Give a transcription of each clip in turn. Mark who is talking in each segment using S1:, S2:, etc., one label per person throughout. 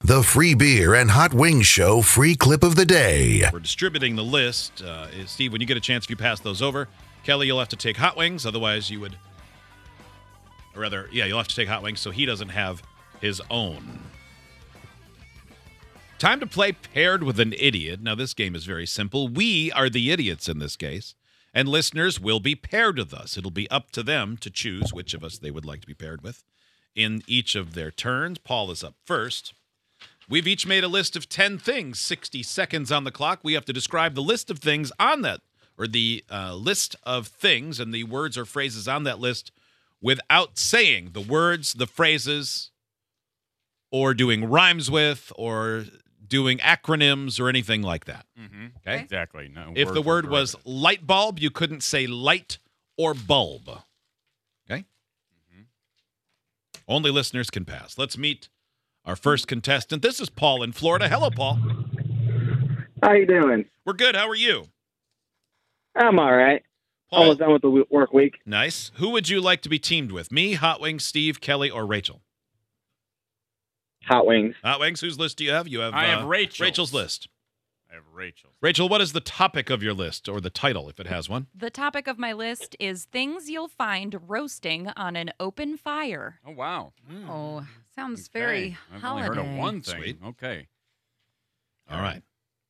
S1: The Free Beer and Hot Wings Show free clip of the day.
S2: We're distributing the list. Uh, Steve, when you get a chance, if you pass those over, Kelly, you'll have to take hot wings. Otherwise, you would, or rather, yeah, you'll have to take hot wings so he doesn't have his own. Time to play paired with an idiot. Now, this game is very simple. We are the idiots in this case, and listeners will be paired with us. It'll be up to them to choose which of us they would like to be paired with in each of their turns. Paul is up first. We've each made a list of 10 things, 60 seconds on the clock. We have to describe the list of things on that, or the uh, list of things and the words or phrases on that list without saying the words, the phrases, or doing rhymes with, or doing acronyms, or anything like that. Okay?
S3: Exactly. No.
S2: If the
S3: for
S2: word was
S3: derivative.
S2: light bulb, you couldn't say light or bulb. Okay? Mm-hmm. Only listeners can pass. Let's meet our first contestant. This is Paul in Florida. Hello, Paul.
S4: How you doing?
S2: We're good. How are you?
S4: I'm all right.
S2: Paul.
S4: Almost done with the w- work week.
S2: Nice. Who would you like to be teamed with? Me, Hot Wings, Steve, Kelly, or Rachel?
S4: Hot wings.
S2: Hot Wings, whose list do you have? You have
S3: I have
S2: uh,
S3: Rachel's.
S2: Rachel's list.
S3: I have Rachel.
S2: Rachel, what is the topic of your list or the title if it has one?
S5: The topic of my list is things you'll find roasting on an open fire.
S3: Oh wow.
S6: Oh, sounds
S3: Okay.
S6: very
S3: I've only
S6: holiday.
S3: heard of one thing.
S2: Sweet.
S3: Okay.
S2: All right.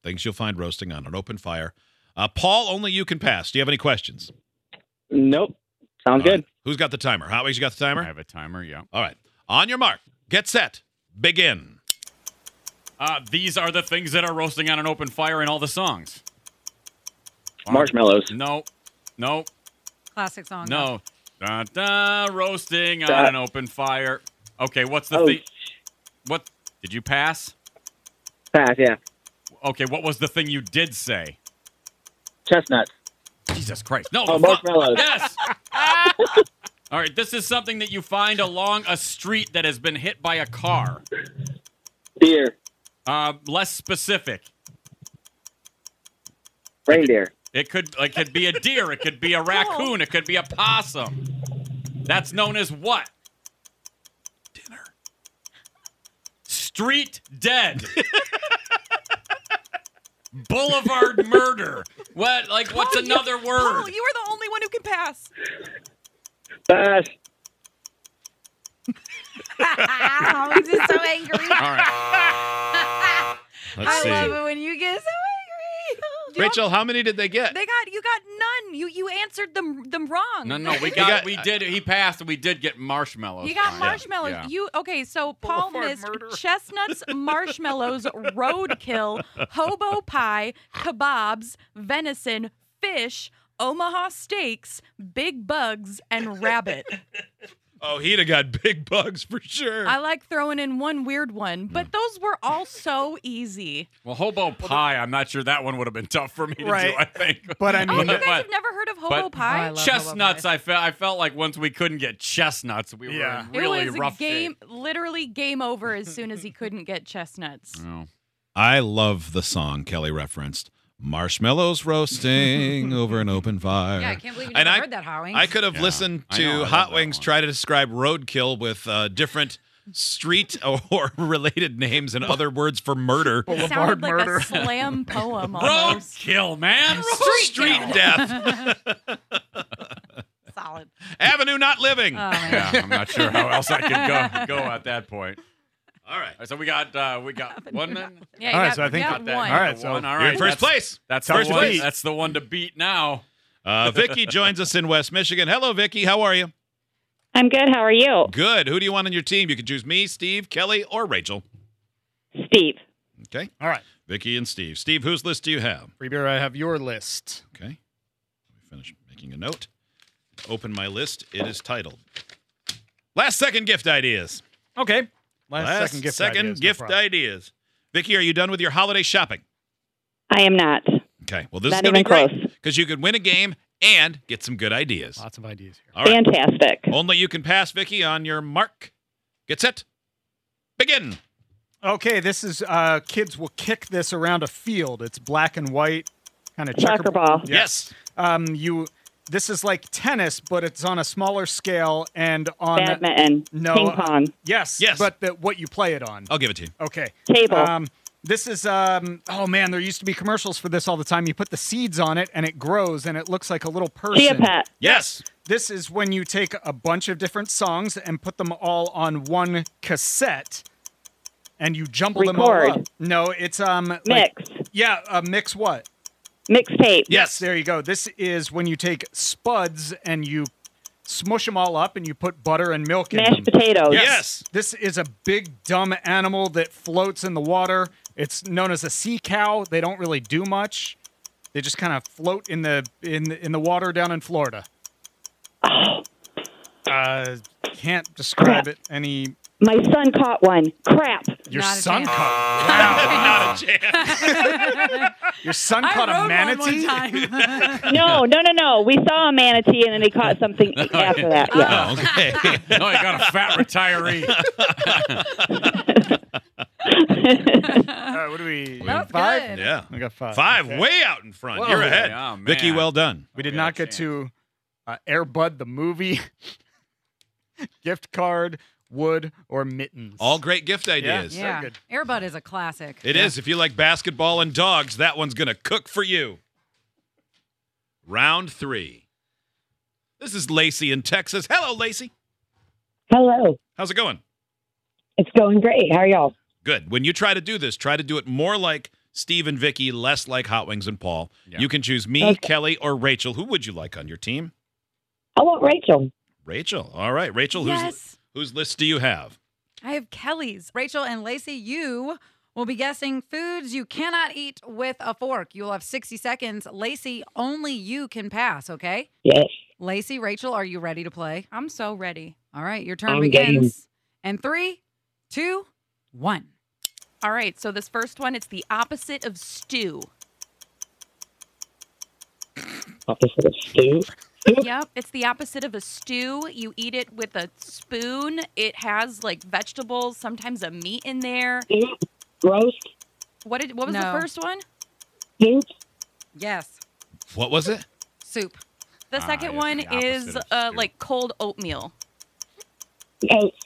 S2: Things you'll find roasting on an open fire. Uh, Paul, only you can pass. Do you have any questions?
S4: Nope. Sounds
S2: All
S4: good.
S2: right. Who's got the timer? Hot Wings, you got the
S3: I
S2: timer?
S3: have a timer. Yeah.
S2: All right. On your mark, get set, begin.
S3: Uh, these are the things that are roasting on an open fire in all the songs. Uh,
S4: Marshmallows.
S3: No. No.
S6: Classic song.
S3: No. Da, da, roasting on
S4: Da-
S3: an open fire. Okay. What's the
S4: Oh,
S3: thing? What did you pass?
S4: pass. Yeah.
S3: Okay. What was the thing you did say?
S4: Chestnuts.
S3: Jesus Christ. No.
S4: Oh,
S3: the fu-
S4: marshmallows.
S3: Yes. All right. This is something that you find along a street that has been hit by a car.
S4: Deer.
S3: Uh, less specific.
S4: Reindeer.
S3: It could it could be a deer. It could be a raccoon. It could be a possum. That's known as what? Dinner. Street dead. Boulevard murder. What? Like what's
S5: Paul, you-
S3: another word?
S5: Paul, you are the only one who can pass.
S4: Pass.
S6: Ah, I'm just so angry.
S3: All right.
S2: Let's
S6: I
S2: see.
S6: love it when you get so angry.
S2: Rachel, how many did they get?
S5: They got you got none. You you answered them them wrong.
S3: No, no, we
S2: You
S3: got,
S2: got-
S3: we did we passed. We did get marshmallows.
S5: You got
S3: fine.
S5: marshmallows.
S3: Yeah.
S5: You okay? So Paul
S3: Boulevard
S5: missed
S3: murder.
S5: chestnuts, marshmallows, roadkill, hobo pie, kebabs, venison, fish, Omaha steaks, big bugs, and rabbit.
S2: Oh, he'd have got big bugs for sure.
S5: I like throwing in one weird one, but those were all so easy.
S3: Well, hobo pie. I'm not sure that one would have been tough for me to
S7: Right.
S3: do. I think.
S7: But I
S5: Oh, you
S7: mean,
S5: guys
S3: But-
S5: have never heard of hobo
S3: but-
S6: Oh, I
S5: pie?
S6: love
S3: chestnuts.
S6: hobo
S3: I felt. I felt like once we couldn't get chestnuts, we were
S7: Yeah.
S3: in really
S5: it was
S3: rough
S5: game,
S3: shape.
S5: literally game over as soon as he couldn't get chestnuts.
S3: Oh.
S2: I love the song Kelly referenced. Marshmallows roasting over an open fire.
S6: Yeah, I can't believe you
S2: And
S6: never
S2: I-
S6: heard that, Howing.
S2: I could have
S3: Yeah,
S2: listened
S3: I know, I
S2: to
S3: love
S2: Hot
S3: that
S2: Wings
S3: one.
S2: try to describe roadkill with uh, different street or related names and other words for murder.
S5: It sounded like a slam poem almost.
S3: Roadkill, man.
S2: Street death.
S6: Solid.
S2: Avenue not living.
S6: Uh,
S3: yeah, I'm not sure how else I could go go at that point.
S2: All right.
S3: All right, so we got uh, we got one then.
S5: Yeah,
S7: All
S5: you
S7: right,
S5: got,
S7: so I think-
S5: you
S7: Got
S5: got
S3: that.
S5: one.
S7: All right, so
S3: One, all
S7: you're
S3: right.
S2: You're in first
S3: that's,
S2: place.
S3: That's the
S2: first
S3: one.
S2: place.
S3: That's the one to beat now.
S2: Uh, Vicky joins us in West Michigan. Hello, Vicky. How are you?
S8: I'm good. How are you?
S2: Good. Who do you want on your team? You can choose me, Steve, Kelly, or Rachel.
S8: Steve.
S2: Okay.
S7: all right.
S2: Vicky and Steve. Steve, whose list do you have?
S7: Free beer, I have your list.
S2: Okay. Let me finish making a note. Open my list. It is titled Last Second Gift Ideas.
S7: Okay. Last, second gift ideas, no
S2: gift
S7: problem.
S2: ideas. Vicky, are you done with your holiday shopping?
S8: I am not.
S2: Okay. Well, this is
S8: Not
S2: going to be
S8: even
S2: great
S8: close.
S2: because you could win a game and get some good ideas.
S7: Lots of ideas here.
S2: All right. Oh,
S8: Fantastic.
S2: Only you can pass, Vicky, on your mark. Get set. Begin.
S7: Okay, this is uh, kids will kick this around a field. It's black and white, kind of
S8: Soccer ball.
S2: Yes.
S7: Um, you. This is like tennis, but it's on a smaller scale and on.
S8: Badminton.
S7: No,
S8: Ping
S7: uh,
S8: pong.
S7: Yes.
S2: Yes.
S7: But the, what you play it on?
S2: I'll give it to you.
S7: Okay.
S8: Table.
S7: Um, this is um. Oh man, there used to be commercials for this all the time. You put the seeds on it and it grows and it looks like a little person.
S8: Chia pet.
S2: Yes.
S7: This is when you take a bunch of different songs and put them all on one cassette and you jumble them all
S8: Record.
S7: up. No, it's um like-
S8: Mix.
S7: yeah, uh, mix what?
S8: Mixtape.
S2: Yes.
S7: There you go. This is when you take spuds and you smush them all up and you put butter and milk in them.
S8: Mashed potatoes.
S2: Yes.
S7: This is a big dumb animal that floats in the water. It's known as a sea cow. They don't really do much. They just kind of float in the in the, in the water down in Florida. Uh, can't describe it any.
S8: My son caught one. Crap.
S7: Your
S6: Not a
S7: son
S6: chance.
S7: caught.
S2: Not a chance.
S7: Your son
S6: I
S7: caught
S6: rode
S7: a manatee.
S6: One one time.
S8: No, no, no, no. We saw a manatee and then he caught something after that. Yeah.
S2: Oh, okay.
S3: No, I got a fat retiree.
S7: Uh, what do we?
S6: That was
S7: five.
S6: good.
S2: Yeah.
S7: We got five.
S2: Five
S7: Okay.
S2: way out in front.
S7: Whoa.
S2: You're ahead.
S3: Yeah, man.
S2: Vicky, well done.
S7: We did
S3: We got
S7: not
S3: a
S7: get
S3: chance.
S7: to uh, Air Bud the movie, gift card, wood, or mittens.
S2: All great gift ideas.
S7: So
S6: Yeah.
S7: good.
S6: Airbud is a classic.
S2: It is. If you like basketball and dogs, that one's going to cook for you. Round three. This is Lacey in Texas. Hello, Lacey.
S8: Hello.
S2: How's it going?
S8: It's going great. How are y'all?
S2: Good. When you try to do this, try to do it more like Steve and Vicky, less like Hot Wings and Paul.
S3: Yeah.
S2: You can choose me,
S8: Okay.
S2: Kelly, or Rachel. Who would you like on your team?
S8: I want Rachel.
S2: Rachel. All right, Rachel. Whose
S6: Yes.
S2: whose list do you have?
S6: I have Kelly's. Rachel and Lacey, you will be guessing foods you cannot eat with a fork. You will have 60 seconds. Lacey, only you can pass, okay?
S8: Yes.
S6: Lacey, Rachel, are you ready to play?
S5: I'm so ready.
S6: All right, your turn
S8: I'm
S6: begins.
S8: getting-
S6: And three, two, one.
S5: All right, so this first one, it's the opposite of stew.
S8: Opposite of stew.
S5: Yep, it's the opposite of a stew. You eat it with a spoon. It has like vegetables, sometimes a meat in there.
S8: Roast.
S5: What did what was
S6: No.
S5: the first one?
S8: Soup.
S6: Yes,
S2: What was it?
S6: soup.
S5: The
S3: Ah,
S5: second
S3: it's
S5: one
S3: the opposite
S5: is
S3: of
S5: uh,
S3: stew.
S5: like cold oatmeal.
S8: Oats.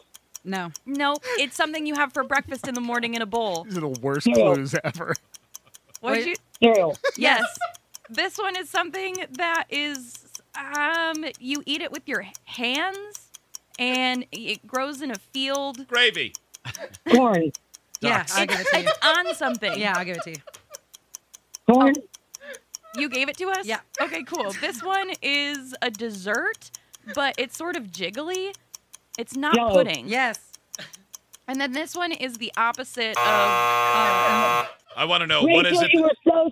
S6: No.
S5: Nope, it's something you have for breakfast in the morning in a bowl.
S7: These are the worst
S8: Yeah.
S7: clues ever.
S5: What
S6: Wait.
S5: did you?
S8: Cereal.
S5: Yes, this one is something that is um you eat it with your hands, and it grows in a field.
S2: Gravy.
S8: Corn.
S6: Yeah,
S3: Ducks.
S6: I'll give it to you.
S5: It's on something.
S6: Yeah, I'll give it to you.
S8: Corn.
S5: You gave it to us?
S6: Yeah.
S5: Okay, cool. This one is a dessert, but it's sort of jiggly. It's not
S8: Yo.
S5: pudding.
S6: Yes.
S5: And then this one is the opposite of. Um,
S2: I want to know
S8: Rachel,
S2: what is it?
S8: you were so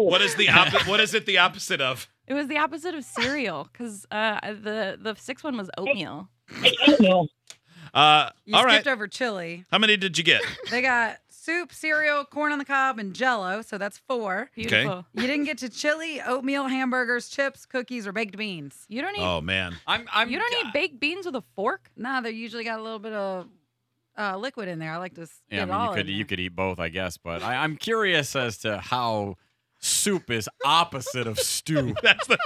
S2: What is the oppo- what is it the opposite of?
S5: it was the opposite of cereal because uh, the the sixth one was oatmeal.
S8: Oatmeal.
S2: Uh,
S6: You
S2: all right.
S6: skipped over chili.
S2: How many did you get?
S6: They got soup, cereal, corn on the cob, and jello. So that's four.
S5: Beautiful.
S6: You didn't get to chili, oatmeal, hamburgers, chips, cookies, or baked beans.
S5: You don't need
S2: Oh man.
S3: I'm, I'm,
S5: you don't need baked beans with a fork.
S6: Nah, they usually got a little bit of uh, liquid in there. I like to s-
S3: Yeah, I
S6: get it
S3: mean,
S6: all
S3: you could
S6: in
S3: you
S6: there.
S3: could eat both, I guess, but I, I'm curious as to how soup is opposite of stew.
S2: That's the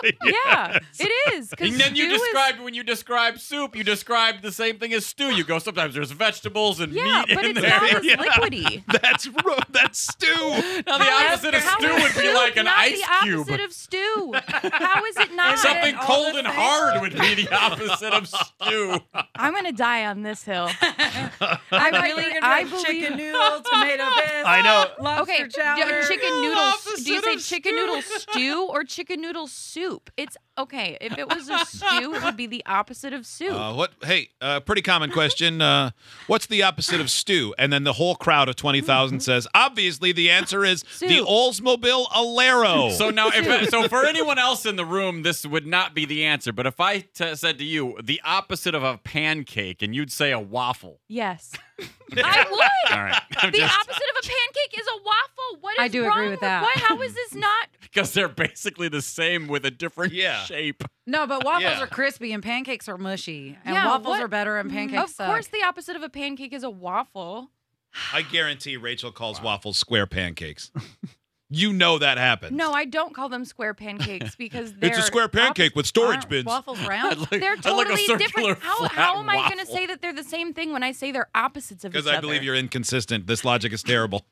S5: Yeah, it is. 'cause
S3: And then you
S5: stew is-
S3: described when you describe soup, you describe the same thing as stew. You go sometimes there's vegetables and
S5: Yeah,
S3: meat
S5: but
S3: in
S5: it's
S3: there.
S5: not as
S2: Yeah.
S5: liquidy.
S2: That's ro- that's stew.
S3: Now the
S5: How is-
S3: opposite of
S5: how
S3: stew
S5: is
S3: would be
S5: soup
S3: like an
S5: not
S3: ice
S5: the
S3: cube.
S5: opposite of stew. How is it not?
S3: Something
S6: all
S3: cold
S6: the
S3: and
S6: same?
S3: hard would be the opposite of stew.
S5: I'm gonna die on this hill.
S6: I
S5: I
S6: really,
S5: really-
S6: I
S5: I believe-
S6: chicken noodle, tomato bisque.
S7: I know.
S6: Lobster
S5: okay, d-
S6: chowder.
S5: chicken noodles. Do you
S3: Opposite
S5: say say chicken noodle stew or chicken noodle soup. It's okay. If it was a stew, it would be the opposite of soup.
S2: Uh, what? Hey, uh, pretty common question. Uh, what's the opposite of stew? And then the whole crowd of twenty thousand says, obviously the answer is the
S5: Soup.
S2: Oldsmobile Alero.
S3: So now, if, so for anyone else in the room, this would not be the answer. But if I t- said to you the opposite of a pancake, and you'd say a waffle,
S5: yes. I would.
S3: all right? I'm
S5: The
S3: just-
S5: opposite of a pancake is a waffle. What is
S6: I do agree
S5: wrong
S6: with that.
S5: What? How is this not?
S3: because they're basically the same with a different
S2: Yeah.
S3: shape.
S6: No, but waffles
S2: Yeah.
S6: are crispy and pancakes are mushy. And
S5: Yeah,
S6: waffles
S5: what- Mm,
S6: are better and pancakes
S5: of
S6: suck.
S5: course, the opposite of a pancake is a waffle.
S2: I guarantee Rachel calls waffles square pancakes. you know that happens.
S5: No, I don't call them square pancakes because they're
S2: It's a square pancake with storage
S6: Aren't
S2: bins.
S6: Waffles round.
S3: I'd
S5: They're
S3: like- I'd like a
S5: totally
S3: circular,
S5: different. How,
S3: flat
S5: how am I going to
S3: waffle.
S5: say that they're the same thing when I say they're opposites of each
S2: Because
S5: other?
S2: I believe you're inconsistent. This logic is terrible.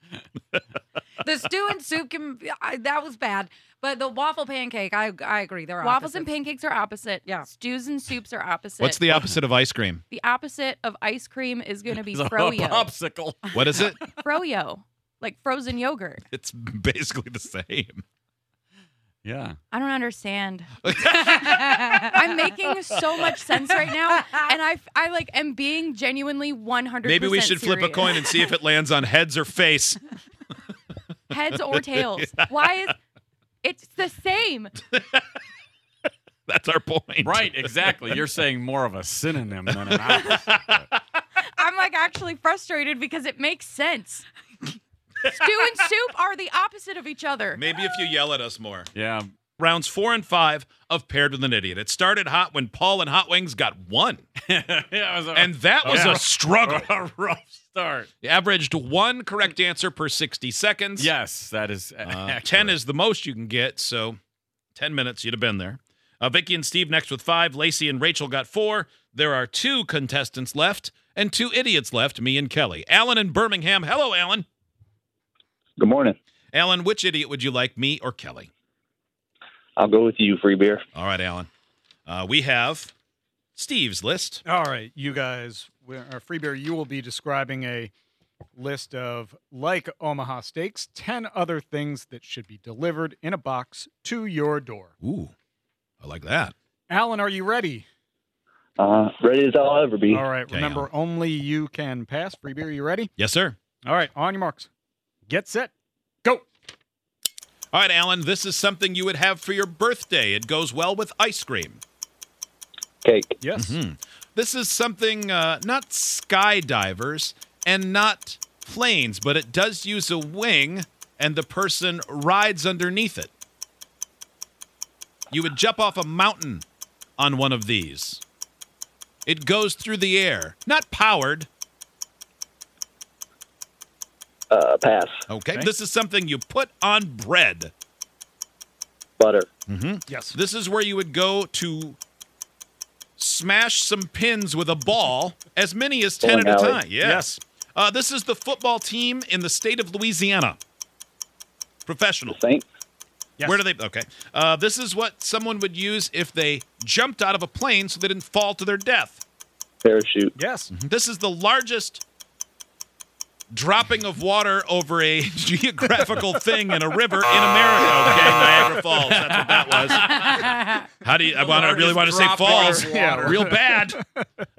S6: the stew and soup can I, that was bad, but the waffle pancake, I I agree. They're
S5: Waffles and
S6: opposites.
S5: pancakes are opposite.
S6: Yeah.
S5: Stews and soups are opposite.
S2: What's the opposite of ice cream?
S5: The opposite of ice cream is going to be
S3: It's a
S5: froyo.
S3: popsicle.
S2: What is it?
S5: froyo, like frozen yogurt.
S2: it's basically the same.
S3: Yeah.
S5: I don't understand. I'm making so much sense right now, and I, I like am being genuinely 100.
S2: Maybe we should flip a coin and see if it lands on heads or face.
S5: Heads or tails? Why is it's the same?
S2: That's our point.
S3: Right, exactly. You're saying more of a synonym than an opposite.
S5: I'm like actually frustrated because it makes sense. Stew and soup are the opposite of each other.
S2: Maybe if you yell at us more.
S3: Yeah.
S2: Rounds four and five of Paired with an Idiot. It started hot when Paul and Hot Wings got one,
S3: yeah it was a,
S2: and that was
S3: Yeah.
S2: a struggle.
S3: a rough start.
S2: They averaged one correct answer per 60 seconds.
S3: Yes, that is.
S2: Uh, 10 is the most you can get, so 10 minutes, you'd have been there. Uh, Vicky and Steve next with five. Lacey and Rachel got four. There are two contestants left and two idiots left, me and Kelly. Alan in Birmingham. Hello, Alan.
S4: Good morning.
S2: Alan, which idiot would you like, me or Kelly?
S4: I'll go with you, free beer.
S2: All right, Alan. Uh, we have Steve's list.
S7: All right, you guys, we're- uh, Free Beer, you will be describing a list of, like Omaha Steaks, 10 other things that should be delivered in a box to your door.
S2: Ooh, I like that.
S7: Alan, are you ready?
S4: Uh, ready as I'll ever be.
S7: All right,
S2: Okay,
S7: remember, only you can pass. Free Beer, you ready?
S2: Yes, sir.
S7: All right, on your marks. Get set. Go.
S2: All right, Alan, this is something you would have for your birthday. It goes well with ice cream.
S4: Cake.
S7: Yes.
S2: This is something uh, not skydivers and not planes, but it does use a wing and the person rides underneath it. You would jump off a mountain on one of these. It goes through the air, not powered.
S4: Uh, pass.
S2: Okay. This is something you put on bread.
S4: Butter.
S7: Yes.
S2: This is where you would go to smash some pins with a ball, as many as 10 at
S4: Bowling
S2: a
S4: alley.
S2: time. Yes. Uh, this is the football team in the state of Louisiana. Professional.
S4: Saint.
S7: Yes.
S2: Where do they? Okay. Uh, this is what someone would use if they jumped out of a plane so they didn't fall to their death.
S4: Parachute.
S7: Yes.
S2: This is the largest dropping of water over a geographical thing in a river in America. Okay, Niagara Falls. That's what that was. How do you? I, want, I really want to say
S3: largest
S2: falls.
S3: drop
S7: of water.
S2: real bad.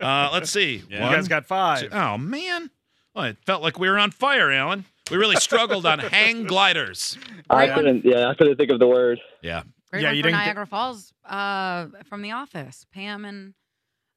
S2: Uh, let's see.
S3: Yeah.
S7: You
S2: One,
S7: guys got five.
S2: two- oh man, well, it felt like we were on fire, Alan. We really struggled on hang gliders.
S4: I
S6: Great one.
S4: couldn't. Yeah, I couldn't think of the word.
S2: Yeah.
S6: Great
S7: Yeah,
S6: one
S7: you
S6: for
S7: didn't get-
S6: Niagara Falls uh, from The Office. Pam and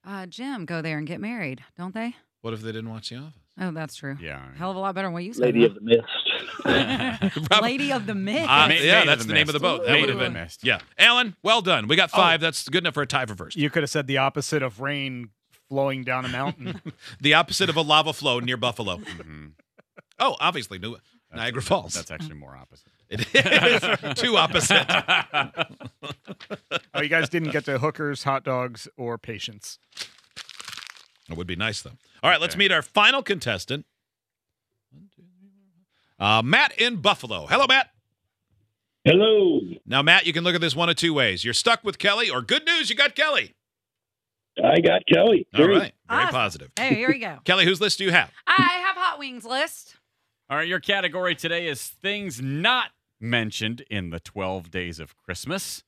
S6: uh, Jim go there and get married, don't they?
S2: What if they didn't watch The Office?
S6: Oh, that's true.
S3: Yeah.
S6: Hell of a lot better than what you said.
S4: Lady of the Mist.
S7: Oh.
S6: Lady of the Myth.
S2: Uh,
S3: Ma- Maid
S2: yeah,
S3: of
S2: that's
S3: the
S2: the, name of
S3: Mist.
S2: the boat. That
S3: Maid
S2: would have
S3: of the
S2: been.
S3: Mist.
S2: Yeah, Alan, well done. We got five. That's good enough for a tie for first.
S7: You could have said the opposite of rain flowing down a mountain.
S2: The opposite of a lava flow near Buffalo. Oh, obviously, New- Niagara Falls.
S3: That's actually more opposite.
S2: it is two opposite.
S7: oh, you guys didn't get to hookers, hot dogs, or patience.
S2: It would be nice though. All right, let's meet our final contestant. Uh, Matt in Buffalo. Hello, Matt.
S4: Hello.
S2: Now, Matt, you can look at this one of two ways. You're stuck with Kelly, or good news, you got Kelly.
S4: I got Kelly.
S2: All right, very
S6: Awesome.
S2: positive.
S6: Hey, here we go.
S2: Kelly, whose list do you have?
S6: I have hot wings list.
S3: All right, your category today is things not mentioned in the 12 Days of Christmas.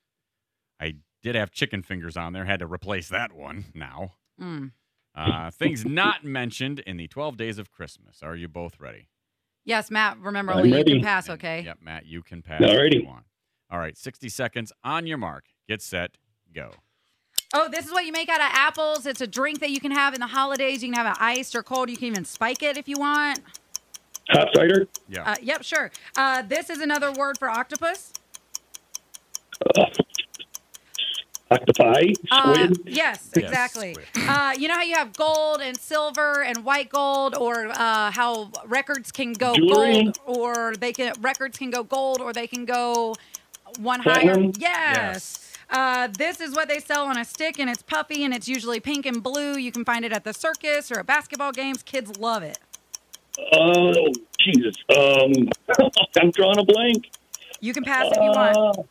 S3: I did have chicken fingers on there, had to replace that one now.
S6: Mm.
S3: Uh, things not mentioned in the 12 Days of Christmas. Are you both ready?
S6: Yes, Matt, remember,
S4: I'm
S6: only you
S4: ready.
S6: can pass,
S3: And,
S6: okay?
S3: Yep, Matt, you can pass if
S4: Alrighty.
S3: you want. All right, 60 seconds on your mark. Get set, go.
S6: Oh, this is what you make out of apples. It's a drink that you can have in the holidays. You can have it iced or cold. You can even spike it if you want.
S4: Hot cider?
S3: Yeah.
S6: Uh, yep, sure. Uh, this is another word for octopus.
S4: Ugh. Octopi?
S6: Uh,
S4: Squid?
S6: yes,
S3: Yes,
S6: exactly.
S3: squid.
S6: Uh, you know how you have gold and silver and white gold, or uh, how records can go
S4: Jewelry?
S6: gold, or they can records can go gold, or they can go one higher.
S4: Platinum?
S6: Yes. Uh, this is what they sell on a stick, and it's puffy, and it's usually pink and blue. You can find it at the circus or at basketball games. Kids love it.
S4: oh, Jesus. Um, I'm drawing a blank.
S6: You can pass if you want.
S4: Uh,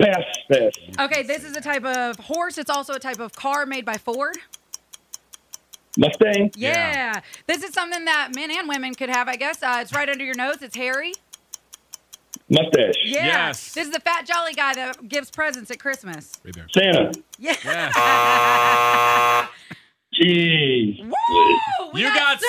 S4: pass, pass.
S6: Okay, this is a type of horse. It's also a type of car made by Ford.
S4: Mustang?
S6: Yeah.
S3: Yeah.
S6: This is something that men and women could have, I guess. Uh, it's right under your nose. It's hairy.
S4: Mustache.
S6: Yeah.
S3: Yes.
S6: This is the fat jolly guy that gives presents at Christmas.
S2: Right
S4: Santa.
S6: Yeah.
S4: Jeez.
S6: Woo! We
S3: you got, six.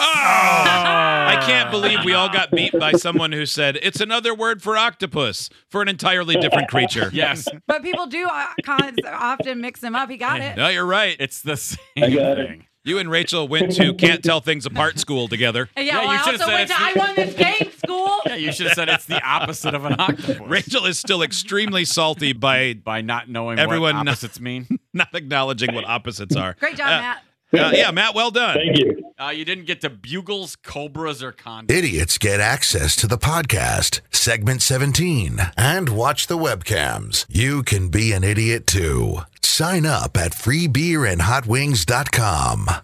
S3: Ah!
S2: I can't believe we all got beat by someone who said it's another word for octopus for an entirely different creature.
S3: Yes,
S6: But people do uh, cons- often mix them up. He got it.
S2: No, you're right.
S3: it's the same
S4: I got it.
S3: thing.
S2: You and Rachel went to can't tell things apart school together.
S6: Yeah,
S3: Yeah,
S6: well,
S3: you
S6: I
S3: should've
S6: also
S3: said
S6: went to
S3: it's-
S6: I won this game school.
S3: Yeah, you should have said it's the opposite of an octopus.
S2: Rachel is still extremely salty by
S3: By not knowing
S2: Everyone
S3: what
S2: kno-
S3: opposites mean.
S2: not acknowledging what opposites are.
S6: Great job,
S2: Uh,
S6: Matt.
S2: uh, yeah, Matt, well done.
S4: Thank you.
S3: Uh, you didn't get to bugles, cobras, or condoms.
S1: Idiots get access to the podcast, segment 17, and watch the webcams. You can be an idiot too. Sign up at freebeerandhotwings.com.